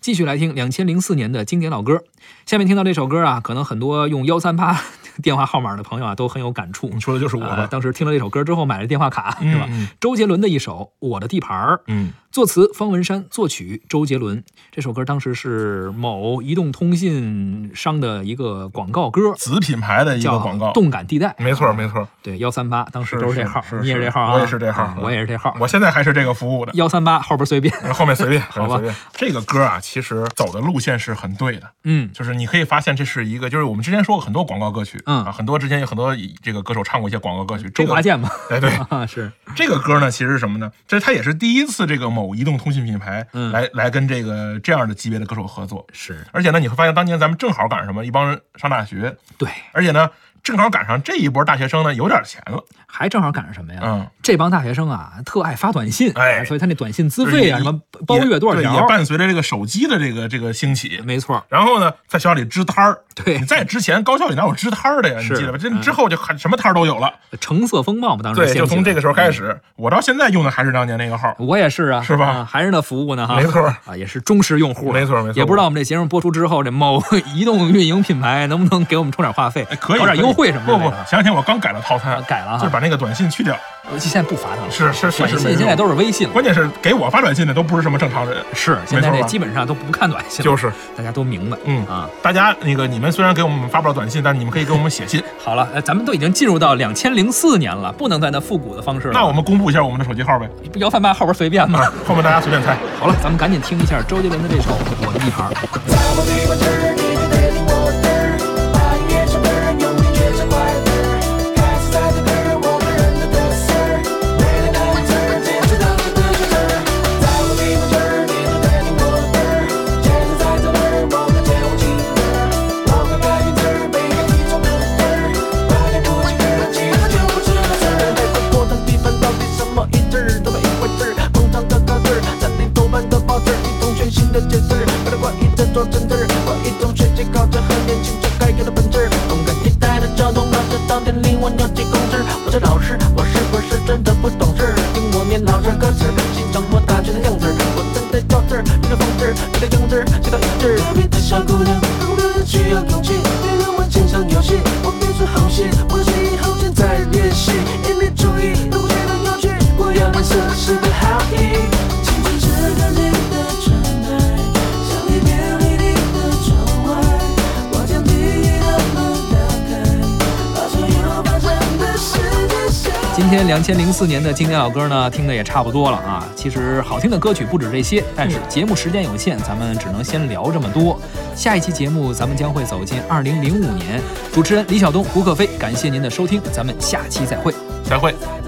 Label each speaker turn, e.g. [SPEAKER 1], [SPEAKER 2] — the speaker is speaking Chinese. [SPEAKER 1] 继续来听两千零四年的经典老歌。下面听到这首歌啊，可能很多用幺三八 电话号码的朋友啊都很有感触。
[SPEAKER 2] 你说的就是我
[SPEAKER 1] 呃
[SPEAKER 2] 吧？
[SPEAKER 1] 当时听了这首歌之后买了电话卡，
[SPEAKER 2] 嗯
[SPEAKER 1] 是吧？
[SPEAKER 2] 嗯
[SPEAKER 1] 周杰伦的一首《我的地盘儿》，
[SPEAKER 2] 嗯
[SPEAKER 1] 作词方文山，作曲周杰伦。这首歌当时是某移动通信商的一个广告歌，
[SPEAKER 2] 子品牌的一
[SPEAKER 1] 叫
[SPEAKER 2] 个
[SPEAKER 1] 《
[SPEAKER 2] 广告，
[SPEAKER 1] 动感地带》。
[SPEAKER 2] 没错没错，
[SPEAKER 1] 对，幺三八，当时
[SPEAKER 2] 是
[SPEAKER 1] 都
[SPEAKER 2] 是
[SPEAKER 1] 这号
[SPEAKER 2] 是，
[SPEAKER 1] 你也
[SPEAKER 2] 是
[SPEAKER 1] 这号啊？
[SPEAKER 2] 我也是这号
[SPEAKER 1] 哎
[SPEAKER 2] 嗯
[SPEAKER 1] 我也是这号。
[SPEAKER 2] 我现在还是这个服务的。呃
[SPEAKER 1] 幺三八后边随便。
[SPEAKER 2] 后面随便，后面
[SPEAKER 1] 吧
[SPEAKER 2] 随便。这个歌啊，其实走的路线是很对的，
[SPEAKER 1] 嗯
[SPEAKER 2] 就是你可以发现这是一个，就是我们之前说过很多广告歌曲，
[SPEAKER 1] 嗯
[SPEAKER 2] 啊，很多之前有很多这个歌手唱过一些广告歌曲。这
[SPEAKER 1] 周
[SPEAKER 2] 个
[SPEAKER 1] 华，健嘛，
[SPEAKER 2] 哎对，
[SPEAKER 1] 啊是，
[SPEAKER 2] 这个歌呢，其实是什么呢？这它也是第一次这个某移动通信品牌
[SPEAKER 1] 嗯
[SPEAKER 2] 来、来跟这个这样的级别的歌手合作，
[SPEAKER 1] 是
[SPEAKER 2] 而且呢，你会发现当年咱们正好赶上什么，一帮人上大学，
[SPEAKER 1] 对，
[SPEAKER 2] 而且呢，正好赶上这一波大学生呢有点钱了，
[SPEAKER 1] 还正好赶上什么呀？
[SPEAKER 2] 嗯，
[SPEAKER 1] 这帮大学生啊，特爱发短信，
[SPEAKER 2] 哎
[SPEAKER 1] 所以他那短信资费啊，什
[SPEAKER 2] 就是也
[SPEAKER 1] 么包月多少
[SPEAKER 2] 也对
[SPEAKER 1] 条
[SPEAKER 2] 也，伴随着这个手机的这个这个兴起。
[SPEAKER 1] 没错，
[SPEAKER 2] 然后呢，在学校里支摊儿，
[SPEAKER 1] 对
[SPEAKER 2] 你在之前高校里哪有支摊儿的呀？你
[SPEAKER 1] 是
[SPEAKER 2] 记得吧？这
[SPEAKER 1] 嗯
[SPEAKER 2] 之后就很什么摊儿都有了。
[SPEAKER 1] 橙色风暴嘛，当时
[SPEAKER 2] 对，
[SPEAKER 1] 掀
[SPEAKER 2] 就
[SPEAKER 1] 起
[SPEAKER 2] 从
[SPEAKER 1] 的
[SPEAKER 2] 这个时候开始，我到现在用的还是当年那个号，
[SPEAKER 1] 嗯我也是啊，
[SPEAKER 2] 是吧
[SPEAKER 1] 啊还是那服务呢哈，
[SPEAKER 2] 没错
[SPEAKER 1] 啊，也是忠实用户，
[SPEAKER 2] 没错没错
[SPEAKER 1] 也不知道我们这节目播出之后，这某 移动运营品牌能不能给我们充点话费，
[SPEAKER 2] 哎，可以
[SPEAKER 1] 搞点
[SPEAKER 2] 可以
[SPEAKER 1] 优惠什么
[SPEAKER 2] 不
[SPEAKER 1] 之类
[SPEAKER 2] 不，
[SPEAKER 1] 的。
[SPEAKER 2] 前两天我刚改了套餐
[SPEAKER 1] 啊，改了
[SPEAKER 2] 就是
[SPEAKER 1] 哈，
[SPEAKER 2] 把那个短信去掉。
[SPEAKER 1] 呃现在不发他了，
[SPEAKER 2] 是是是
[SPEAKER 1] 短
[SPEAKER 2] 是，
[SPEAKER 1] 信
[SPEAKER 2] 没
[SPEAKER 1] 现在
[SPEAKER 2] 用
[SPEAKER 1] 都是微信了，
[SPEAKER 2] 关键是给我发短信的都不是什么正常人，
[SPEAKER 1] 是现在这
[SPEAKER 2] 没错吧
[SPEAKER 1] 基本上都不看短信了，
[SPEAKER 2] 就是
[SPEAKER 1] 大家都明白，
[SPEAKER 2] 嗯
[SPEAKER 1] 啊，
[SPEAKER 2] 大家那个你们虽然给我们发不了短信，但是你们可以给我们写 信。
[SPEAKER 1] 好了，呃咱们都已经进入到两千零四年了，不能再那复古的方式了，
[SPEAKER 2] 那我们公布一下我们的手机号呗，
[SPEAKER 1] 不幺三八后边随便
[SPEAKER 2] 啊
[SPEAKER 1] 嘛。，
[SPEAKER 2] 后面大家随 便猜。
[SPEAKER 1] 好了，咱们赶紧听一下周杰伦的这首《我的地盘》。
[SPEAKER 3] 我地盘儿，你的队是我的儿，把音乐唱嘚儿，用力去唱快乐嘚儿，开始在这嘚儿，我们人的特色儿，为了那个字儿，坚持到这的日子儿。在我地盘儿，你的队是我的儿，坚持在这嘚儿，我们前无起日儿，我们白云字儿，每个地中的嘚儿，八点不起日，起日就不是事儿。在中国的地盘到底什么一致？都没一回事儿，膨胀的高字儿，占领多半的包子儿，一种全新的解释，为了关于这座城市，我一种学习高这和年轻就该有的本质。动感地带的交通标志，当天令我鸟气攻之。我是老师，我是不是真的不懂事儿？听我念老师歌词，欣赏我打拳的样子儿，我真的要字儿，你的方式，你的样子儿，写到一致。特别的小姑娘，更多的需要勇气，别让我情商游戏，我变出好戏，我是以后正在练习，一面注意，路觉得有趣，我要的是是个好意。青春是个你的纯爱，像一面美丽的窗外，我将记忆的门打开，把所有发生的事情写。
[SPEAKER 1] 今天两千零四年的经典老歌呢，听的也差不多了啊。其实好听的歌曲不止这些，但是节目时间有限，咱们只能先聊这么多。下一期节目咱们将会走进二零零五年。主持人李晓东、胡可飞，感谢您的收听，咱们下期再会。
[SPEAKER 2] 再会。
[SPEAKER 3] 在这